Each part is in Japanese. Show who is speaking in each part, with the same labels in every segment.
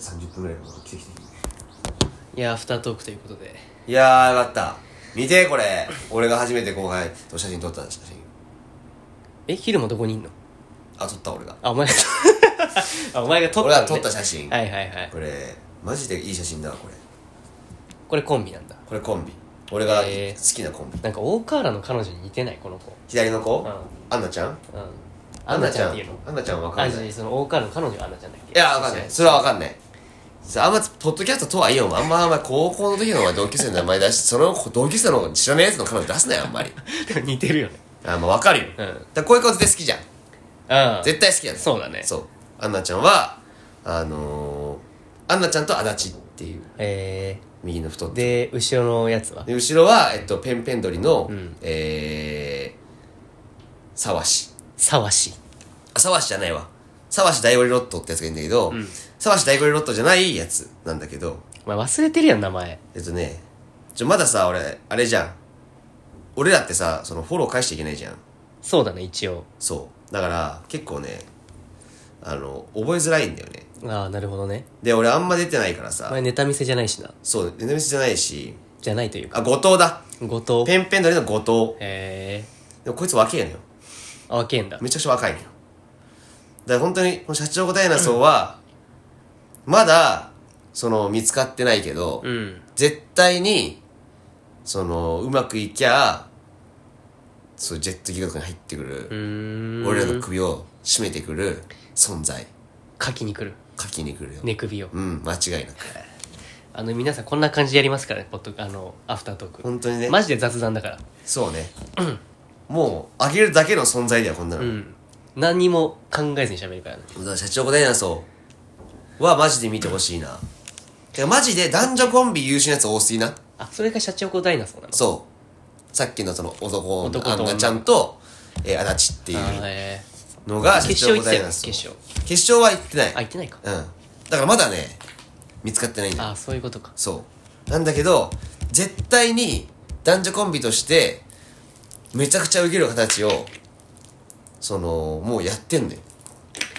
Speaker 1: 30分ぐらいの奇跡的に
Speaker 2: いやアフタートークということで
Speaker 1: いやーよかった見てこれ俺が初めて後輩と写真撮った写真
Speaker 2: え昼もどこにいんの
Speaker 1: あ撮った俺が
Speaker 2: あお 前があお前が撮った、
Speaker 1: 俺
Speaker 2: ね、
Speaker 1: が撮った写真
Speaker 2: はいはいはい
Speaker 1: これマジでいい写真だわこれ
Speaker 2: これコンビなんだ
Speaker 1: これコンビ俺が好
Speaker 2: えー
Speaker 1: きなコンビ、
Speaker 2: なんか大河原の彼女に似てないこの子
Speaker 1: 左の子、
Speaker 2: うん
Speaker 1: アンナちゃん
Speaker 2: うんアンナちゃんっていうの
Speaker 1: アンナちゃんわか
Speaker 2: あ
Speaker 1: んない
Speaker 2: じゃ
Speaker 1: い
Speaker 2: あその大河原の彼女アンナちゃんだっけ
Speaker 1: やわかんないそれはわかんないさあんまポッドキャストとはいえお前あんまお前高校の時のお前同級生の名前出してその同級生の知らないやつの彼女出すなよあんまり
Speaker 2: 似てるよね
Speaker 1: あまあわかるよ、
Speaker 2: うん
Speaker 1: だからこういう子絶対好きじゃん
Speaker 2: うん
Speaker 1: 絶対好きなの
Speaker 2: そうだね
Speaker 1: そうアンナちゃんはあのー、アンナちゃんと足立っていう
Speaker 2: え
Speaker 1: 右の太っ
Speaker 2: ー、
Speaker 1: て
Speaker 2: で後ろのやつは
Speaker 1: で後ろは、えっと、ペンペン鳥の、
Speaker 2: うん
Speaker 1: えー、沢氏
Speaker 2: 沢氏
Speaker 1: あ沢氏じゃないわ沢氏大ゴリロットってやつがいいんだけど、
Speaker 2: ん
Speaker 1: 沢氏大ゴリロットじゃないやつなんだけど
Speaker 2: お前忘れてるやん名前
Speaker 1: えっとねちょまださ俺あれじゃん俺らってさそのフォロー返しちゃいけないじゃん
Speaker 2: そうだね一応
Speaker 1: そうだから結構ねあの覚えづらいんだよね
Speaker 2: ああなるほどね
Speaker 1: で俺あんま出てないからさ、
Speaker 2: お前ネタ見せじゃないしな
Speaker 1: そうネタ見せじゃないし
Speaker 2: じゃないというか
Speaker 1: あ後藤だ
Speaker 2: 後藤
Speaker 1: ペンペン鳥の後藤
Speaker 2: え
Speaker 1: でもこいつ若いのよ
Speaker 2: ー、あわけんだ
Speaker 1: めちゃくちゃ若いのよだから本当にこの社長答えなそうは、まだその見つかってないけど、
Speaker 2: うん
Speaker 1: 絶対にそのうまくいきゃそうジェット機とかに入ってく
Speaker 2: う
Speaker 1: る、
Speaker 2: ーん
Speaker 1: 俺らの首を絞めてくる存在
Speaker 2: 書きに来る
Speaker 1: 書きに来るよ、
Speaker 2: 寝首を
Speaker 1: うん間違いなく
Speaker 2: あの皆さんこんな感じでやりますからねポッドあのアフタートーク
Speaker 1: 本当にね、
Speaker 2: マジで雑談だから
Speaker 1: そうね、もうあげるだけの存在だよこんなの、
Speaker 2: うん何にも考えずに喋るからね
Speaker 1: だから社長答えなそうはマジで見てほしいなてかマジで男女コンビ優秀なやつ多すぎな
Speaker 2: あそれが社長子ダイナソーなの
Speaker 1: そうさっきのその男
Speaker 2: 男
Speaker 1: の
Speaker 2: と
Speaker 1: アンナちゃんと、えー、足立ってい
Speaker 2: あ
Speaker 1: う
Speaker 2: ーえ
Speaker 1: のが
Speaker 2: ー
Speaker 1: 社
Speaker 2: 決勝
Speaker 1: 長
Speaker 2: 行っ
Speaker 1: 答
Speaker 2: て
Speaker 1: えな
Speaker 2: たよ
Speaker 1: そう
Speaker 2: 決勝
Speaker 1: 決勝は行ってない
Speaker 2: あ行ってないか
Speaker 1: うんだからまだね見つかってないんだ
Speaker 2: あーそういうことか
Speaker 1: そうなんだけど絶対に男女コンビとしてめちゃくちゃ受ける形をそのもうやってんだよ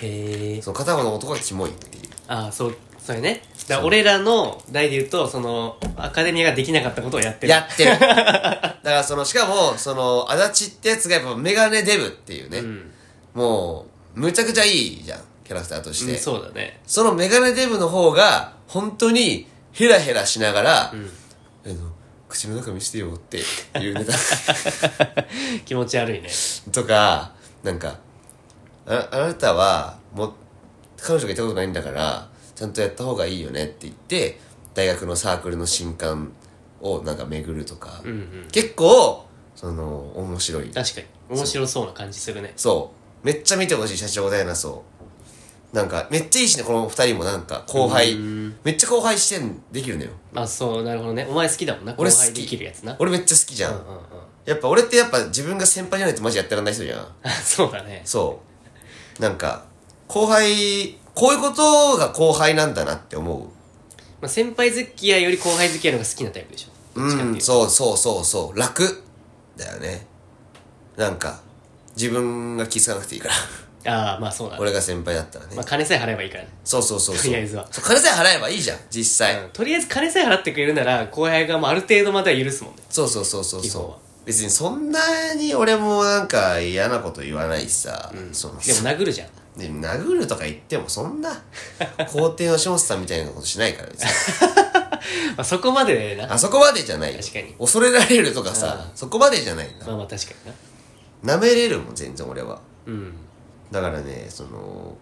Speaker 2: へえ
Speaker 1: その片方の男がキモいっていう
Speaker 2: ああそうそれねだから俺らの代で言うとそのアカデミアができなかったことをやってる
Speaker 1: やってるだからそのしかもその足立ってやつがやっぱメガネデブっていうね、
Speaker 2: うん、
Speaker 1: もうむちゃくちゃいいじゃんキャラクターとして、
Speaker 2: うんそうだね
Speaker 1: そのメガネデブの方が本当にヘラヘラしながら、あの口の中見せてよっていうネタ
Speaker 2: 気持ち悪いね
Speaker 1: とかなんかああなたはもう彼女がいたことないんだからちゃんとやった方がいいよねって言って大学のサークルの新刊をなんか巡るとか、
Speaker 2: うんうん
Speaker 1: 結構その面白い
Speaker 2: 確かに面白そうな感じするね
Speaker 1: そうめっちゃ見てほしい社長だよなそうなんかめっちゃいいしねこの二人もなんか後輩
Speaker 2: うん
Speaker 1: めっちゃ後輩視点できるのよ
Speaker 2: あそうなるほどねお前好きだもんな後
Speaker 1: 俺好き
Speaker 2: 輩できるやつな
Speaker 1: 俺めっちゃ好きじゃん、
Speaker 2: うんうんうん
Speaker 1: やっぱ俺ってやっぱ自分が先輩じゃないとマジやってらんない人じゃん
Speaker 2: あ そうだね
Speaker 1: そうなんか後輩こういうことが後輩なんだなって思
Speaker 2: まあ、先輩付き合いより後輩付き合いの方が好きなタイプでしょ
Speaker 1: う
Speaker 2: どっちかって
Speaker 1: う
Speaker 2: い
Speaker 1: んそうそうそうそう楽だよねなんか自分が気づかなくていいから
Speaker 2: ああまあそうだ、ね
Speaker 1: 俺が先輩だったらね、
Speaker 2: まあ、金さえ払えばいいからね、
Speaker 1: そうそうそうそう
Speaker 2: とりあえずは
Speaker 1: そう金さえ払えばいいじゃん実際、
Speaker 2: うんとりあえず金さえ払ってくれるなら後輩がもうある程度までは許すもんね
Speaker 1: そうそうそうそう
Speaker 2: 基本は
Speaker 1: そう別にそんなに俺もなんか嫌なこと言わないしさ、その
Speaker 2: でも殴るじゃん
Speaker 1: でも殴るとか言ってもそん な肯定の下本さんみたいなことしないから別に
Speaker 2: まあ、そこまででな
Speaker 1: あそこまでじゃないよ
Speaker 2: 確かに
Speaker 1: 恐れられるとかさそこまでじゃない
Speaker 2: まあまあ確かにな
Speaker 1: な舐めれるもん全然俺は
Speaker 2: うん
Speaker 1: だからねその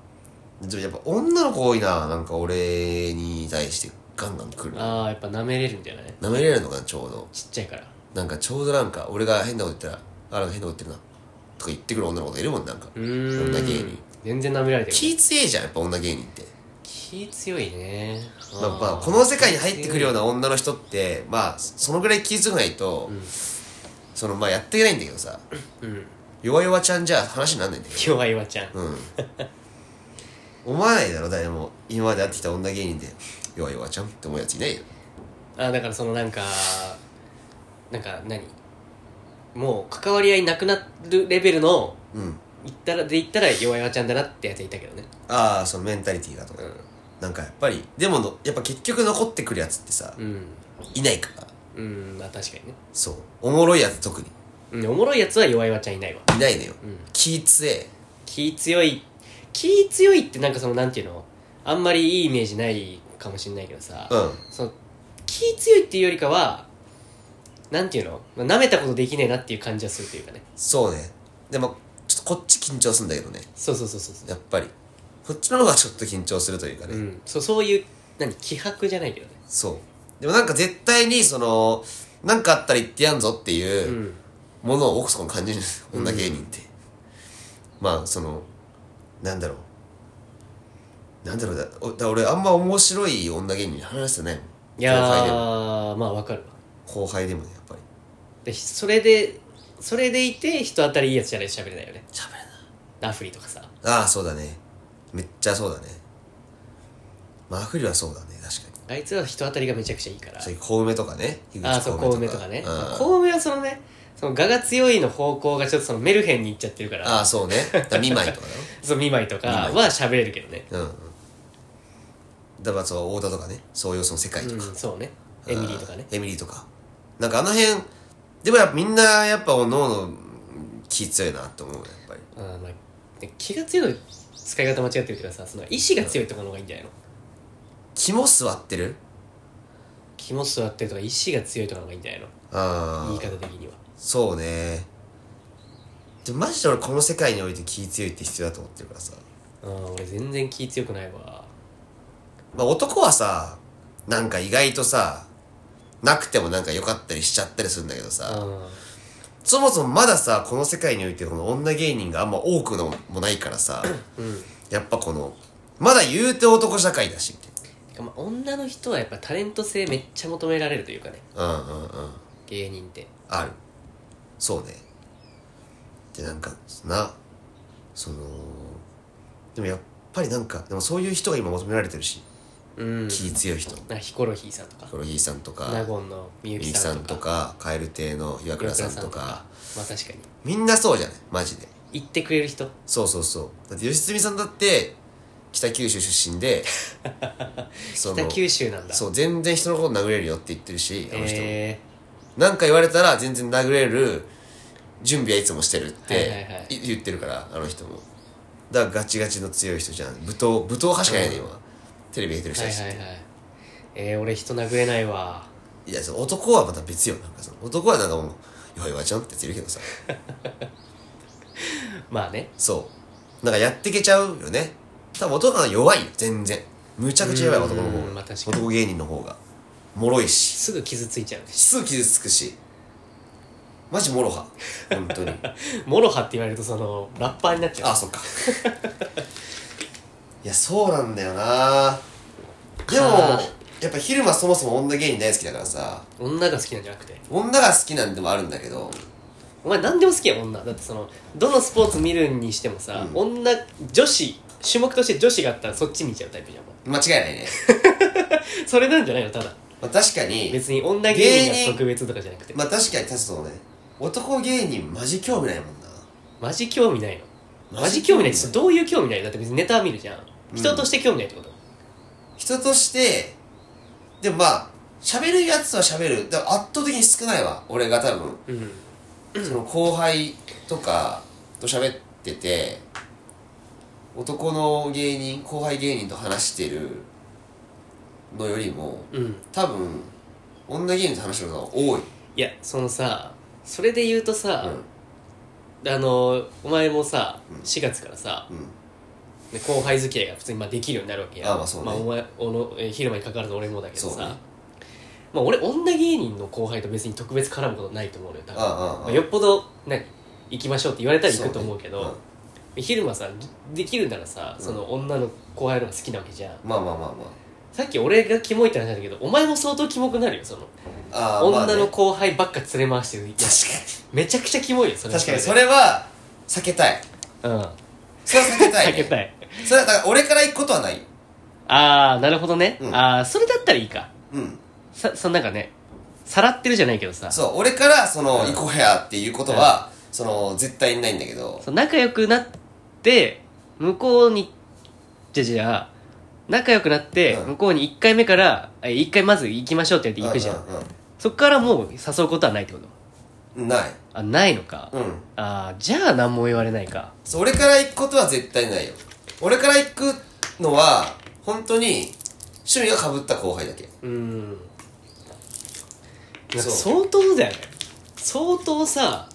Speaker 1: でもやっぱ女の子多いななんか俺に対してガンガン来る
Speaker 2: ああやっぱ舐めれるんじゃない
Speaker 1: 舐めれるのかなちょうど
Speaker 2: ちっちゃいから
Speaker 1: なんかちょうどなんか俺が変なこと言ったらあなんか変なこと言ってるなとか言ってくる女の子がいるもんなんか
Speaker 2: うーん
Speaker 1: 女芸人
Speaker 2: 全然舐められてる
Speaker 1: 気強えじゃんやっぱ女芸人って
Speaker 2: 気強いね
Speaker 1: まあまあ、この世界に入ってくるような女の人ってまあそのぐらい気づかないと、そのまあやっていけないんだけどさ
Speaker 2: うん
Speaker 1: 弱々ちゃんじゃ話になんないんだけ
Speaker 2: 弱いわちゃん
Speaker 1: どうん思わないだろ誰も今まで会ってきた女芸人で弱々ちゃんって思うやついないよ
Speaker 2: あだからそのなんかなんか何もう関わり合いなくなるレベルの
Speaker 1: うん
Speaker 2: 言ったらで言ったら弱いわちゃんだなってやついたけどね
Speaker 1: ああそのメンタリティーだとか、
Speaker 2: うん
Speaker 1: なんかやっぱりでものやっぱ結局残ってくるやつってさ、
Speaker 2: うん
Speaker 1: いないから
Speaker 2: うんまあ確かにね
Speaker 1: そうおもろいやつ特に
Speaker 2: うんおもろいやつは弱いわちゃんいないわ
Speaker 1: いないのよ、
Speaker 2: うん
Speaker 1: 気強え
Speaker 2: 気強い気強いってなんかそのなんていうのあんまりいいイメージないかもしれないけどさ、
Speaker 1: うん
Speaker 2: その気強いっていうよりかはなんていうのまあ舐めたことできねえなっていう感じはするというかね
Speaker 1: そうねでもちょっとこっち緊張するんだけどね
Speaker 2: そうそうそうそうそ
Speaker 1: やっぱりこっちの方がちょっと緊張するというかね、
Speaker 2: う、うん、そうそういう何気迫じゃないけどね
Speaker 1: そうでもなんか絶対にそのなんかあったら言ってやんぞって
Speaker 2: う
Speaker 1: いうんものを奥さん感じるんです女芸人って、まあそのなんだろうなんだろうだおだ俺あんま面白い女芸人に話してないもん
Speaker 2: いや
Speaker 1: 後輩でも
Speaker 2: ーまあわかるわ
Speaker 1: 後輩でもねやっぱり
Speaker 2: でそれでそれでいて人当たりいいやつじゃないと喋れないよね
Speaker 1: 喋れない
Speaker 2: ラフリーとかさ
Speaker 1: ああそうだねめっちゃそうだねまあアフリはそうだね確かに
Speaker 2: あいつは人当たりがめちゃくちゃいいから
Speaker 1: そういう小梅とかね樋
Speaker 2: ああそう小梅とかね小
Speaker 1: 梅
Speaker 2: 梅はそのねその我が強いの方向がちょっとそのメルヘンに行っちゃってるから
Speaker 1: ああそうねだから見舞いとかだ
Speaker 2: その見舞いとかは喋れるけどね
Speaker 1: ろうんうんだからそう太田とかねそういうその世界と
Speaker 2: う
Speaker 1: か、
Speaker 2: んそうねエミリーとかね
Speaker 1: あエミリーとかなんかあの辺でもやっぱみんなやっぱおのおの気強いなと思うやっぱり
Speaker 2: あーまあで気が強いの使い方間違ってるけどさその意志が強いとかの方がいいんじゃないの
Speaker 1: 気も座ってる
Speaker 2: 気も座ってるとか意志が強いとかの方がいいんじゃないの
Speaker 1: あ
Speaker 2: 言い
Speaker 1: あ
Speaker 2: 方的には
Speaker 1: そうねでもマジで俺この世界において気強いって必要だと思ってるからさ
Speaker 2: あー俺全然気強くないわ
Speaker 1: まあ、男はさなんか意外とさなくてもなんか良かったりしちゃったりするんだけど
Speaker 2: あ
Speaker 1: さ、
Speaker 2: ー
Speaker 1: そもそもまださこの世界においてこの女芸人があんま多くのもないからさ
Speaker 2: うん
Speaker 1: やっぱこのまだ言うて男社会だしみ
Speaker 2: てかまあ女の人はやっぱタレント性めっちゃ求められるというかね
Speaker 1: たいなうんうんうん
Speaker 2: 芸人って
Speaker 1: あるそうねでなんかなそのでもやっぱりなんかでもそういう人が今求められてるし、
Speaker 2: うん
Speaker 1: 気強い人
Speaker 2: なんかヒコロヒーさんとか
Speaker 1: ヒコロヒーさんとか
Speaker 2: 納言のみゆ
Speaker 1: ミ
Speaker 2: き
Speaker 1: キ
Speaker 2: さ
Speaker 1: さん
Speaker 2: ん
Speaker 1: と
Speaker 2: とか
Speaker 1: か蛙亭の岩倉さんと
Speaker 2: 岩倉さんと
Speaker 1: か
Speaker 2: かまあ確かに
Speaker 1: みんなそうじゃないマジで
Speaker 2: 言ってくれる人
Speaker 1: そうそうそうだって良純さんだって北九州出身 でその
Speaker 2: 北九州なんだ
Speaker 1: そう全然人のこと殴れるよって言ってるしあの人、
Speaker 2: え
Speaker 1: なんか言われたら全然殴れる準備はいつもしてるって、
Speaker 2: はいはいはい
Speaker 1: い言ってるからあの人もだからガチガチの強い人じゃん武闘武闘派しかいないね、
Speaker 2: うん
Speaker 1: 今テレビ出てる
Speaker 2: ー、
Speaker 1: 人
Speaker 2: は
Speaker 1: た
Speaker 2: い
Speaker 1: ちって、
Speaker 2: はいいはいえー、俺人殴れないわ
Speaker 1: やそう男はまた別よなんかその男はなんかもう「よいわちゃん」ってやついるけどさ
Speaker 2: まあね
Speaker 1: そうなんかやってけちゃうよね多分男の方が弱いよ全然むちゃくちゃ弱い男の方
Speaker 2: う
Speaker 1: が、
Speaker 2: んまあ確かに
Speaker 1: 男芸人の方が脆いし
Speaker 2: すぐ傷ついちゃう し
Speaker 1: すぐ傷つくしマジもろは本当に
Speaker 2: モロハって言われるとそのラッパーになっちゃ
Speaker 1: あ
Speaker 2: う
Speaker 1: そっかいやそうなんだよなでも
Speaker 2: あ
Speaker 1: やっぱ昼間そもそも女芸人大好きだからさ
Speaker 2: 女が好きなんじゃなくて
Speaker 1: 女が好きなんでもあるんだけど
Speaker 2: お前何でも好きや女だってそのどのスポーツ見るにしてもさ、
Speaker 1: うん
Speaker 2: 女女子種目として女子があったらそっちに行っちゃうタイプじゃんも
Speaker 1: 間違いないね、
Speaker 2: うそれなんじゃないのただ
Speaker 1: まあ、確かに
Speaker 2: 別に女芸
Speaker 1: 芸
Speaker 2: 人
Speaker 1: 人
Speaker 2: が特別とかじゃなくて、
Speaker 1: まあ確かに確かにそうね男芸人マジ興味ないもんな
Speaker 2: マジ興味ないのマ
Speaker 1: マジ
Speaker 2: ジ興
Speaker 1: 興
Speaker 2: 味
Speaker 1: 味
Speaker 2: な
Speaker 1: ない
Speaker 2: いってどういう興味ないだって別にネタは見るじゃん
Speaker 1: うん
Speaker 2: 人として興味ないってこと、
Speaker 1: 人としてでもまあ喋るやつは喋るでも圧倒的に少ないわ俺が多分、
Speaker 2: うん
Speaker 1: その後輩とかと喋ってて男の芸人後輩芸人と話してるのよりも
Speaker 2: うん
Speaker 1: 多分女芸人と話してるのが多い、
Speaker 2: いやそのさそれで言うと
Speaker 1: う
Speaker 2: さ
Speaker 1: ん、
Speaker 2: あのお前もさ
Speaker 1: うん
Speaker 2: 4月からさ
Speaker 1: うん、
Speaker 2: で後輩付き合いが普通にまあできるようになるわけや
Speaker 1: あまあそうね
Speaker 2: まあ、お前おのえー昼間に関わらず俺もだけど
Speaker 1: そう
Speaker 2: さ、
Speaker 1: ね
Speaker 2: まあ、俺女芸人の後輩と別に特別絡むことないと思うのよ多分
Speaker 1: ああああ
Speaker 2: まあ、よっぽど何行きましょうって言われたら行
Speaker 1: そ
Speaker 2: く
Speaker 1: ね
Speaker 2: と思うけど
Speaker 1: ん
Speaker 2: 昼間さできるならさその女の後輩の方が好きなわけじゃん
Speaker 1: まあまあまあま
Speaker 2: さっき俺がキモいって話だけどお前も相当キモくなるよその
Speaker 1: ああーまあ
Speaker 2: 女
Speaker 1: ね、
Speaker 2: の後輩ばっか連れ回してるいや
Speaker 1: 確
Speaker 2: めちゃくちゃキモいよそ
Speaker 1: かに
Speaker 2: れは
Speaker 1: 確かにそ
Speaker 2: れ
Speaker 1: れは避けたい
Speaker 2: うん
Speaker 1: それは避けたい、
Speaker 2: 避
Speaker 1: ね、
Speaker 2: けたい
Speaker 1: それはだから俺から行くことはない
Speaker 2: ああなるほどね、
Speaker 1: うん
Speaker 2: ああそれだったらいいか
Speaker 1: うん
Speaker 2: さそのなんかねさらってるじゃないけどさ
Speaker 1: そう、俺から、その、
Speaker 2: うん
Speaker 1: 行こうやっていうことは、その、絶対にないんだけど、
Speaker 2: そう仲良くなって向こうにじゃあじゃあ仲良くなって
Speaker 1: うん
Speaker 2: 向こうに1回目から「え一回まず行きましょう」って言って行くじゃん、そっからもう誘うことはないってこと
Speaker 1: うんうんない
Speaker 2: あないのか、
Speaker 1: うん
Speaker 2: あーじゃあ何も言われないか
Speaker 1: そう俺から行くことは絶対ないよ俺から行くのは本当に趣味がかぶった後輩だけ
Speaker 2: うんなんか
Speaker 1: そ
Speaker 2: 相当だよね相当さ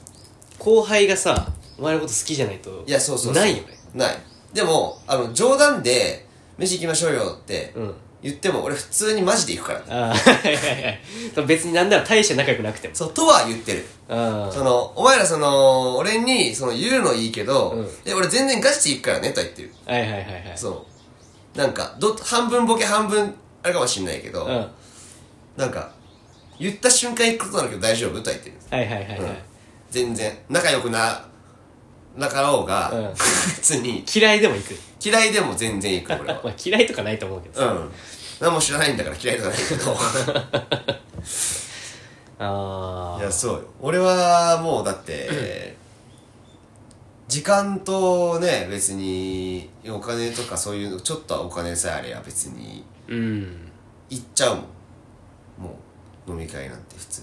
Speaker 2: 後輩がさお前のこと好きじゃないと
Speaker 1: いやそうそうそう
Speaker 2: ないよね
Speaker 1: ないでもあの冗談で飯行きましょうよって
Speaker 2: うん
Speaker 1: 言っても俺普通にマジで行くからね
Speaker 2: ああはいはいはいそう別になんなら大して仲良くなくても
Speaker 1: そうとは言ってる
Speaker 2: あ
Speaker 1: そのお前らその俺にその言うのいいけど、
Speaker 2: うん
Speaker 1: え俺全然ガチで行くからねとは言ってる
Speaker 2: あはいはいはいはい
Speaker 1: そうなんかど半分ボケ半分あれかもしんないけど、
Speaker 2: うんはい
Speaker 1: なんか言った瞬間行くことなんだけど大丈夫とは言ってる
Speaker 2: はいはいはい、
Speaker 1: 全然仲良くななかろうが、
Speaker 2: うん
Speaker 1: 別に
Speaker 2: 嫌いでも行く
Speaker 1: 嫌いでも全然行く 俺は
Speaker 2: まあ嫌いとかないと思うけど
Speaker 1: う
Speaker 2: さ、
Speaker 1: ん何も知らないんだから嫌いとかないけ ど
Speaker 2: あ
Speaker 1: い
Speaker 2: あ
Speaker 1: やそうよ俺はもうだって 時間とね別にお金とかそういうのちょっとはお金さえあれば別に
Speaker 2: うん
Speaker 1: 行っちゃうもんもう飲み会なんて普通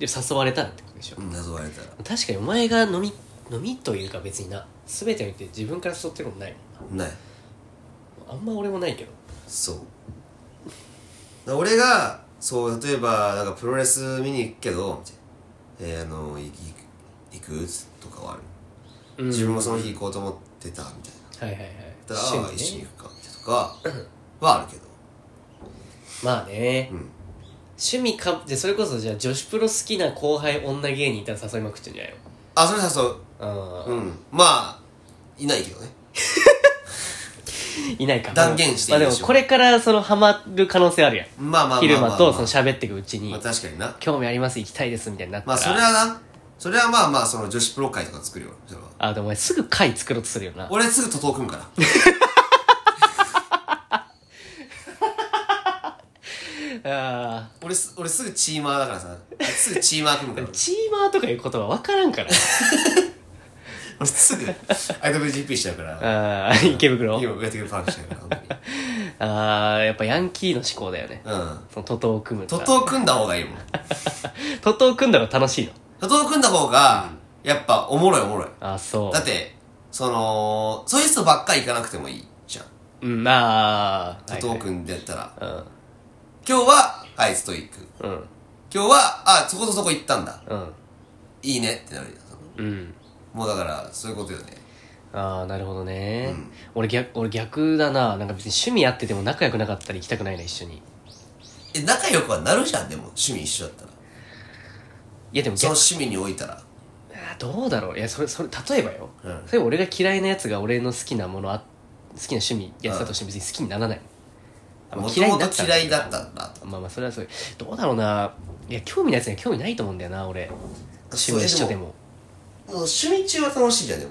Speaker 1: に
Speaker 2: で誘われたらってことでしょ、
Speaker 1: うん謎われたら
Speaker 2: 確かにお前が飲み飲みというか別にな全てにおいて自分から誘ってることないもん
Speaker 1: ない
Speaker 2: なあんま俺もないけど
Speaker 1: そうだ俺がそう例えばなんかプロレス見に行くけどみたいなえーあの行行く行くとかはある、
Speaker 2: うん
Speaker 1: 自分もその日行こうと思ってたみたい
Speaker 2: はいはいはい
Speaker 1: なだからああ一緒
Speaker 2: 趣味
Speaker 1: に
Speaker 2: ね
Speaker 1: 行くかみたいなとかはあるけど
Speaker 2: まあね、
Speaker 1: ん
Speaker 2: 趣味かでそれこそじゃあ女子プロ好きな後輩女芸人いたら誘いまくっちゃうんじゃない
Speaker 1: あそれ誘
Speaker 2: の
Speaker 1: う
Speaker 2: う
Speaker 1: うんんまあいないけどね
Speaker 2: いないか
Speaker 1: 断言していい
Speaker 2: まあ、
Speaker 1: で
Speaker 2: で
Speaker 1: しょ
Speaker 2: もこれからそのハマる可能性あるやん
Speaker 1: まあまあまあまあ、まあ、
Speaker 2: 昼間とその喋っていくうちに
Speaker 1: まあ確かにな
Speaker 2: 興味あります行きたいですみたいになった
Speaker 1: ま
Speaker 2: ら
Speaker 1: あそれはなそれはまあまあその女子プロ会とか作るよそれは
Speaker 2: あでもお前すぐ会作ろうとするよな
Speaker 1: 俺すぐ徒党組むから
Speaker 2: あ
Speaker 1: 俺す俺すぐチーマーだからさすぐチーマー組むから
Speaker 2: ーチーマーとかいう言葉分から んから
Speaker 1: 俺す ぐ IWGP しちゃうから
Speaker 2: あー池袋
Speaker 1: 今ウェイトグルパンクしちゃうから本
Speaker 2: あーやっぱヤンキーの思考だよね
Speaker 1: 当にうん
Speaker 2: その徒党を組む
Speaker 1: 徒
Speaker 2: さ
Speaker 1: 党組んだ方がいいもん
Speaker 2: 徒党組んだら楽しいの
Speaker 1: 徒党組んだ方がやっぱおもろいおもろい
Speaker 2: あーそう
Speaker 1: だってそのそういう人ばっかり行かなくてもいいじゃん
Speaker 2: うんああ
Speaker 1: 徒党組んでやったら
Speaker 2: うん
Speaker 1: 今日はあいつと行く
Speaker 2: うん
Speaker 1: 今日はあそことそこ行ったんだ
Speaker 2: うん
Speaker 1: いいねってなるよその
Speaker 2: うん
Speaker 1: もうだからそういうことよね
Speaker 2: ああなるほどね、
Speaker 1: うん
Speaker 2: 俺逆俺逆だななんか別に趣味やってても仲良くなかったら行きたくないな一緒に
Speaker 1: え仲良くはなるじゃんでも趣味一緒だったら
Speaker 2: いやでも
Speaker 1: その
Speaker 2: 逆
Speaker 1: 趣味に置いたら
Speaker 2: あーどうだろういやそれそれ例えばよ、
Speaker 1: うん
Speaker 2: 例えば俺が嫌いなやつが俺の好きなものあ好きな趣味やってたとしても別に好きにならないあまあ
Speaker 1: もと
Speaker 2: 嫌い
Speaker 1: も
Speaker 2: になっ
Speaker 1: と
Speaker 2: た
Speaker 1: 嫌いだったんだと
Speaker 2: まあまあそれはそうどうだろうないや興味ないやつには興味ないと思うんだよな俺趣味一緒でも
Speaker 1: もう趣味中は楽しいじゃんでも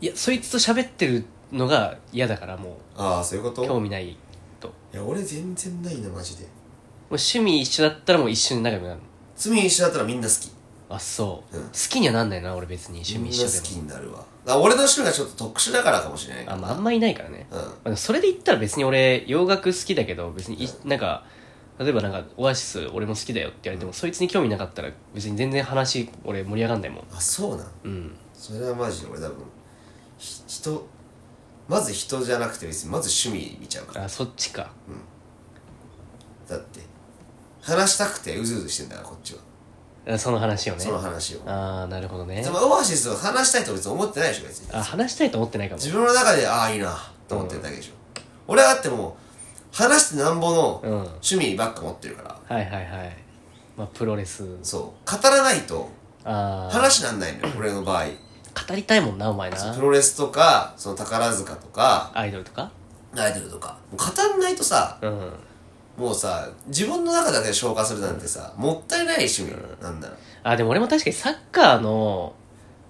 Speaker 2: いやそいつと喋ってるのが嫌だからも
Speaker 1: ああそういうこ
Speaker 2: う興
Speaker 1: と
Speaker 2: 味ないとも
Speaker 1: いや俺全然ないなマジで
Speaker 2: う趣味一緒だったらもう一緒に仲良くなる
Speaker 1: 罪一緒だったらみんな好き
Speaker 2: あそう、
Speaker 1: うん
Speaker 2: 好きにはなんないな俺別に趣味
Speaker 1: みん
Speaker 2: 一
Speaker 1: な
Speaker 2: 緒
Speaker 1: 好き
Speaker 2: でも
Speaker 1: になるわあ俺の趣味がちょっと特殊だからかもしれないけど
Speaker 2: あ,、まあ、あんまいないからね、
Speaker 1: うん
Speaker 2: まあでもそれで言ったら別に俺洋楽好きだけど別にい、なんか例えばなんかオアシス俺も好きだよって言われても、そいつに興味なかったら別に全然話俺盛り上がんないもん
Speaker 1: あそうなん
Speaker 2: うん
Speaker 1: それはマジで俺多分ひ人まず人じゃなくて別にまず趣味見ちゃうから
Speaker 2: あそっちか
Speaker 1: だって話したくてうずうずしてんだからこっちは
Speaker 2: あその話をね
Speaker 1: その話を
Speaker 2: ああなるほどね
Speaker 1: でもオアシスを話したいと別に思ってないでしょ別に
Speaker 2: あ話したいと思ってないかも
Speaker 1: 自分の中でああいいなと思ってるだけでしょ、俺はだってもう話してなんぼの
Speaker 2: うん
Speaker 1: 趣味ばっか持ってるから、
Speaker 2: はいはいはいまあプロレス
Speaker 1: そう語らないと
Speaker 2: ああ
Speaker 1: 話なんないのよ俺の場合
Speaker 2: 語りたいもんなお前
Speaker 1: プ
Speaker 2: な
Speaker 1: ロレスとかその宝塚とか
Speaker 2: アイドルとか
Speaker 1: アイドルとかもう語んないとさ
Speaker 2: うん
Speaker 1: もうさ自分の中だけで消化するなんてさもったいない趣味なんだ
Speaker 2: あでも俺も確かにサッカーの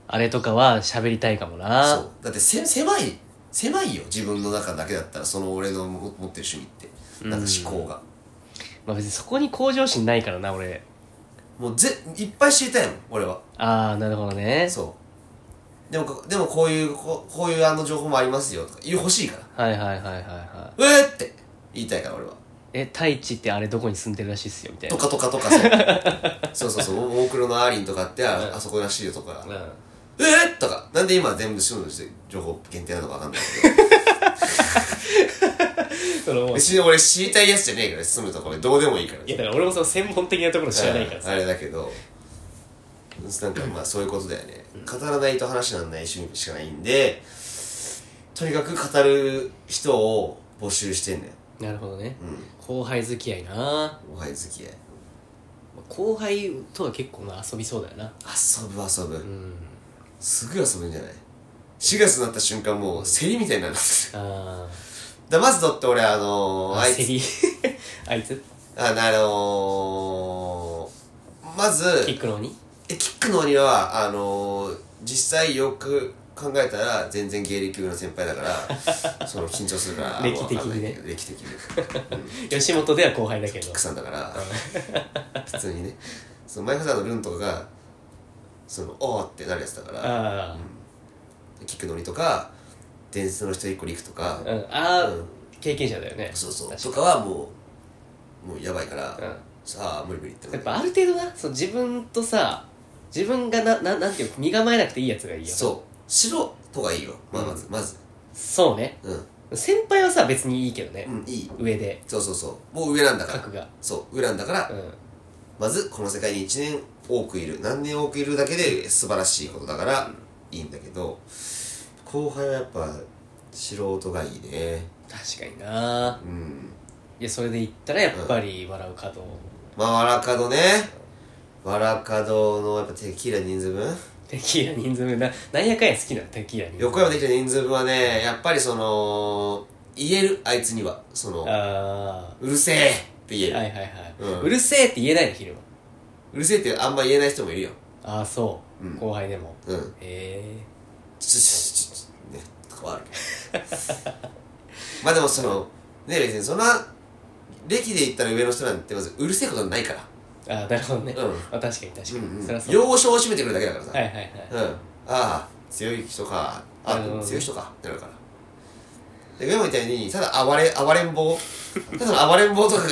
Speaker 2: あれとかは喋りたいかも
Speaker 1: そ
Speaker 2: な
Speaker 1: うだってせ狭い狭いよ自分の中だけだったらその俺の持持ってる趣味ってなんか思考が、
Speaker 2: まあ別にそこに向上心ないからな俺
Speaker 1: もうぜいっぱい知りたいもん俺は
Speaker 2: ああなるほどね
Speaker 1: そうでもこでもこういうここういうあの情報もありますよとか言う欲しいから
Speaker 2: はいはいはいはいは
Speaker 1: 「
Speaker 2: い
Speaker 1: えっ!」って言いたいから俺は
Speaker 2: え太一ってあれどこに住んでるらしいっすよみたい
Speaker 1: と
Speaker 2: な
Speaker 1: かとかとか そうそうそうそうももクロのアーリンとかってあ,、あそこらしいよとか
Speaker 2: うん
Speaker 1: 「えっ!」とかなんで今全部白の情報限定なのか分かんないけど
Speaker 2: その
Speaker 1: 別に俺知りたいやつじゃねえから住むところどうでもいいから
Speaker 2: いやだから俺もその専門的なところ知らないから
Speaker 1: あ
Speaker 2: さ
Speaker 1: れだけどなんかまあそういうことだよね語らないと話にならない趣味しかないんでとにかく語る人を募集してんだよ
Speaker 2: なるほどね
Speaker 1: うん
Speaker 2: 後輩付き合いな
Speaker 1: 後輩付き合い
Speaker 2: 後輩とは結構な遊びそうだよな
Speaker 1: 遊ぶ遊ぶ、
Speaker 2: うん
Speaker 1: すぐ遊ぶんじゃない4月になった瞬間もうセリみたいになる
Speaker 2: あ
Speaker 1: だまずだって俺あの
Speaker 2: ー
Speaker 1: ー、
Speaker 2: あ
Speaker 1: あい
Speaker 2: セ
Speaker 1: つ
Speaker 2: リ あいつ
Speaker 1: ああのー、まず
Speaker 2: キックの鬼
Speaker 1: えキックの鬼はあのー実際よく考えたら全然芸歴上の先輩だから その緊張するから
Speaker 2: 歴的にね
Speaker 1: わかんないけど歴的に、うん、キ
Speaker 2: 吉本では後輩だけど
Speaker 1: ックさんだから普通にねそのマイフさんのルンとかがそのおーってなるやつだから
Speaker 2: あ
Speaker 1: キックの鬼とか伝説の一人一個陸とか
Speaker 2: ー、うん、あー
Speaker 1: うん
Speaker 2: 経験者だよね
Speaker 1: そうそうと
Speaker 2: 確
Speaker 1: かはもうもうやばいから、
Speaker 2: か
Speaker 1: さあ無理無理って
Speaker 2: うん
Speaker 1: な
Speaker 2: や
Speaker 1: る
Speaker 2: っぱある程度なその自分とさ自分がなななんていうの身構えなくていいやつがいいよう
Speaker 1: そう白とかいいよ、まあ、まず、まず
Speaker 2: そうね
Speaker 1: うん、
Speaker 2: 先輩はさ別にいいけどね、
Speaker 1: うん、いい
Speaker 2: 上で
Speaker 1: そうそうそうもう上なんだから
Speaker 2: 格が
Speaker 1: そう、ウランだから、
Speaker 2: うん
Speaker 1: まずこの世界に1年多くいる、何年多くいるだけで素晴らしいことだから、いいんだけど、後輩はやっぱ、素人がいいね。
Speaker 2: 確かにな
Speaker 1: うん。
Speaker 2: いやそれで言ったらやっぱり笑う角、
Speaker 1: まあ、わらかどね。わらかどのやっぱテキーラ人数分
Speaker 2: テキーラ人数分ななんやかんや好きなのテキーラ人数
Speaker 1: 横山できた人数分はね、やっぱりその、言える、あいつには。その、
Speaker 2: あ
Speaker 1: うるせえって言え
Speaker 2: あ
Speaker 1: る。
Speaker 2: はいはいはい、
Speaker 1: う
Speaker 2: うんるせえって言えないの昼は
Speaker 1: うるせえってあんま言えない人もいるよ。
Speaker 2: ああそう、
Speaker 1: うん
Speaker 2: 後輩でも
Speaker 1: うん。
Speaker 2: へえ
Speaker 1: ちょちょちょちょねとかはある まあでもそのね別にそんな歴で言ったら上の人なんてまずうるせえことないから
Speaker 2: ああなるほどね、
Speaker 1: うん
Speaker 2: あ確かに確かに、そりゃそう
Speaker 1: 要所を締めてくるだけだからさ、
Speaker 2: はいはいはい、
Speaker 1: うんああ強い人かあ
Speaker 2: なるほどね
Speaker 1: 強い人かってなるからで上もみたいにただ暴れ暴れん坊ただの暴れん坊 とかが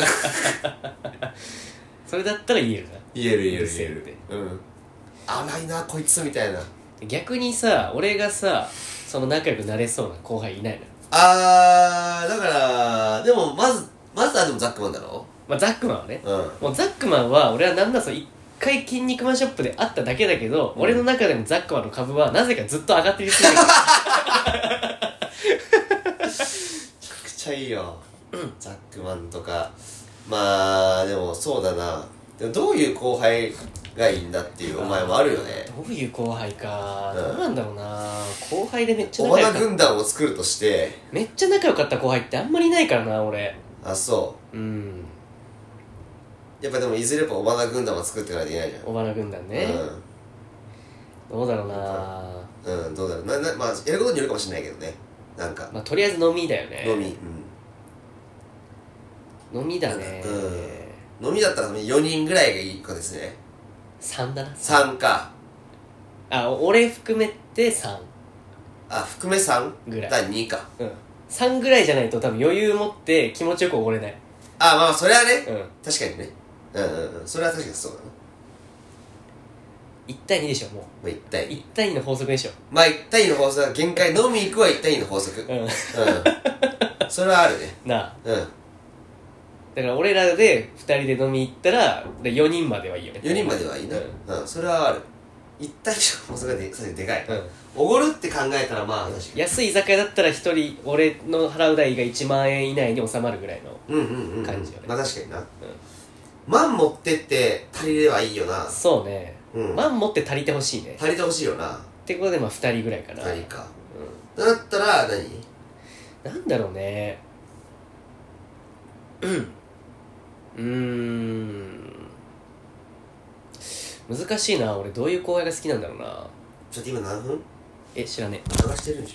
Speaker 2: それだったら言えるな
Speaker 1: 言える言え
Speaker 2: う
Speaker 1: る
Speaker 2: るせ
Speaker 1: 言
Speaker 2: え
Speaker 1: え
Speaker 2: っ
Speaker 1: る
Speaker 2: て
Speaker 1: うん荒いなこいつみたいな
Speaker 2: 逆にさ俺がさその仲良くなれそうな後輩いないのよ
Speaker 1: あーだからでもまずまずはでもザックマンだろ
Speaker 2: まあザックマンはね
Speaker 1: うん
Speaker 2: もうザックマンは俺はなんだその一回筋肉マンショップで会っただけだけど、俺の中でもザックマンの株はなぜかずっと上がってるすぎる
Speaker 1: めちゃくちゃいいよ、 ザックマンとかまあでもそうだなでもどういう後輩がいいんだっていうお前もあるよね
Speaker 2: どういう後輩か、
Speaker 1: うん
Speaker 2: どうなんだろうな後輩でめっちゃ
Speaker 1: 小
Speaker 2: 仲良
Speaker 1: 花
Speaker 2: かっ
Speaker 1: 軍団を作るとして
Speaker 2: ためっちゃ仲良かった後輩ってあんまりいないからな俺
Speaker 1: あそ
Speaker 2: うん
Speaker 1: うやっぱでもいずれやっぱ小花軍団は作っていかないといけないじゃん
Speaker 2: 小花軍団ね、どうだろうな
Speaker 1: うん、うん、どうだろうななまあやることによるかもしれないけどねなんか
Speaker 2: まあとりあえず飲みだよね
Speaker 1: 飲み、
Speaker 2: 飲みだね、
Speaker 1: うん、飲みだったら4人ぐらいがいい子ですね
Speaker 2: 3だな
Speaker 1: 3か
Speaker 2: あ俺含めて3
Speaker 1: あ含め3
Speaker 2: ぐらい
Speaker 1: 第2か
Speaker 2: うん3ぐらいじゃないと多分余裕持って気持ちよくおごれない
Speaker 1: あまあまあそれはね
Speaker 2: うん
Speaker 1: 確かにねうんうんうんそれは確かにそうだな
Speaker 2: 1対2でしょもう
Speaker 1: まあ、1対2
Speaker 2: 1対2の法則でしょ
Speaker 1: まあ1対2の法則は限界飲み行くは1対2の法則うん
Speaker 2: うん
Speaker 1: それはあるね
Speaker 2: なあ
Speaker 1: うん
Speaker 2: だから俺らで2人で飲み行ったら4人まではいいよね
Speaker 1: 4人まではいいなうん、それはある1対1の法則がでそれでかい
Speaker 2: うん、うん、
Speaker 1: おごるって考えたらまあ確かに
Speaker 2: 安い居酒屋だったら1人俺の払う代が1万円以内に収まるぐらいの
Speaker 1: うんうんうん、うん、
Speaker 2: 感じよね
Speaker 1: まあ確かにな、万持ってって足りればいいよな
Speaker 2: そうね
Speaker 1: うん、
Speaker 2: 万持って足りてほしいね
Speaker 1: 足りてほしいよな
Speaker 2: ってことでまあ2人ぐらいかな、
Speaker 1: 何か、だったら何
Speaker 2: なんだろうねうんうーん難しいな俺どういう後輩が好きなんだろうな
Speaker 1: ちょっと今何分
Speaker 2: え知らね
Speaker 1: 流してるんでしょ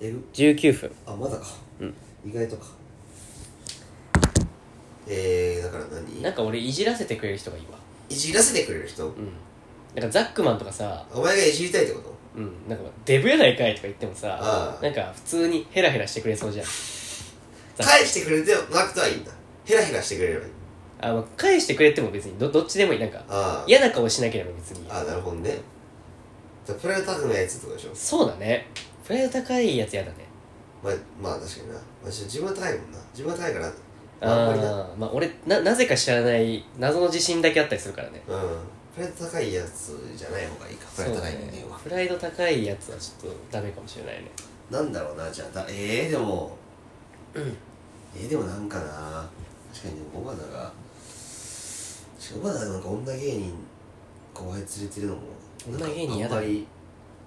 Speaker 1: えぐ
Speaker 2: え19分
Speaker 1: あまだか、
Speaker 2: うん
Speaker 1: 意外とかえー、だから
Speaker 2: なん
Speaker 1: 何
Speaker 2: か俺いじらせてくれる人がいいわ
Speaker 1: いじらせてくれる人
Speaker 2: うんなんかザックマンとかさ、
Speaker 1: お前がいじりたいってこと
Speaker 2: うん、なんかデブやないかいとか言ってもさ
Speaker 1: あ、あ
Speaker 2: なんか普通にヘラヘラしてくれそうじゃん。
Speaker 1: 返してくれてなくてはいいんだヘラヘラしてくれればいい
Speaker 2: あまあ、返してくれても別にど、どっちでもいい。なんか、
Speaker 1: ああ
Speaker 2: 嫌な顔しなければ別に。
Speaker 1: ああなるほどねだからプライド高くないやつってことでしょ
Speaker 2: そうだね。プライド高いやつ嫌だね。
Speaker 1: まあまあ確かにな、まあ、自分は高いもんな自分は高いから
Speaker 2: あ
Speaker 1: あんまりな
Speaker 2: あーまあ俺ななぜか知らない謎の自信だけあったりするからね
Speaker 1: うんプライド高いやつじゃない方がいいかプライド高い人
Speaker 2: そう
Speaker 1: 間
Speaker 2: ね
Speaker 1: は、
Speaker 2: プライド高いやつはちょっとダメかもしれないね
Speaker 1: なんだろうなじゃあだええでも、ええでもなんかな確かに小花がしかも小花がなんか女芸人後輩連れてるのも
Speaker 2: 女芸人や
Speaker 1: なんか
Speaker 2: だ
Speaker 1: あんまり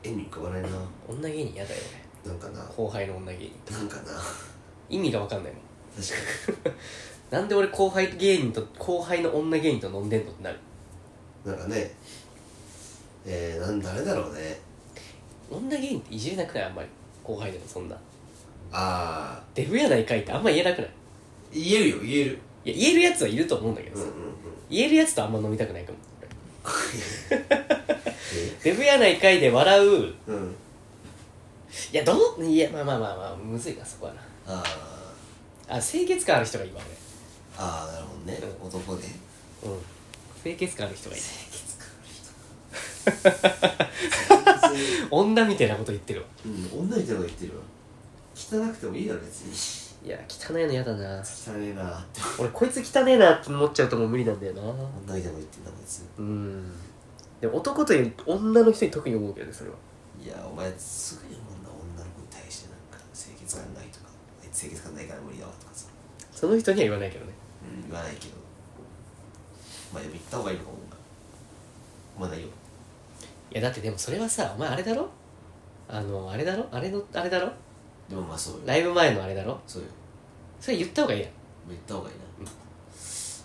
Speaker 1: 絵に浮かばないな
Speaker 2: 女芸人嫌だよね
Speaker 1: なんかな
Speaker 2: 後輩の女芸人
Speaker 1: なんかな確か
Speaker 2: 意味が分かんないもん
Speaker 1: に
Speaker 2: なんで俺後輩芸人と後輩の女芸人と飲んでんのってなる
Speaker 1: なんかねえー、なん誰だろうね
Speaker 2: 女芸人っていじれなくないあんまり後輩でもそんな
Speaker 1: ああ
Speaker 2: デブやないかいってあんま言えなくない
Speaker 1: 言えるよ言える
Speaker 2: いや言えるやつはいると思うんだけど
Speaker 1: うん
Speaker 2: さ、
Speaker 1: うん うん
Speaker 2: 言えるやつとあんま飲みたくないかも俺
Speaker 1: え
Speaker 2: デブやないかいで笑うい
Speaker 1: うん
Speaker 2: やどういやまあまあまあまあむずいなそこはな
Speaker 1: あ
Speaker 2: あ清潔感ある人がいいわ俺
Speaker 1: あああなるほどね
Speaker 2: う
Speaker 1: 男で
Speaker 2: うん清潔感ある人がいい女みたいなこと言ってるわ
Speaker 1: うん女みたいなこと言ってるわ汚くてもいいだろ別に
Speaker 2: いや汚いの嫌だな
Speaker 1: 汚ねえなって
Speaker 2: 俺こいつ汚ねえなって思っちゃうともう無理なんだよな
Speaker 1: 女みたいなこと言ってんだこいつ
Speaker 2: うんでも男というより女の人に特に思うけどねそれはい
Speaker 1: やお前すぐにもんな女の子に対してなんか清潔感ないとかあいつ清潔感ないから無理だわとかさ、
Speaker 2: その人には言わないけどね
Speaker 1: うん、言わないけどまあでも言った方がいいのかもまあないよ
Speaker 2: いやだってでもそれはさお前あれだろあのあれだろあれのあれだろ
Speaker 1: でもまあそうよ
Speaker 2: ライブ前のあれだろ
Speaker 1: そうよ
Speaker 2: それ言った方がいいやん
Speaker 1: 言った方がいいな、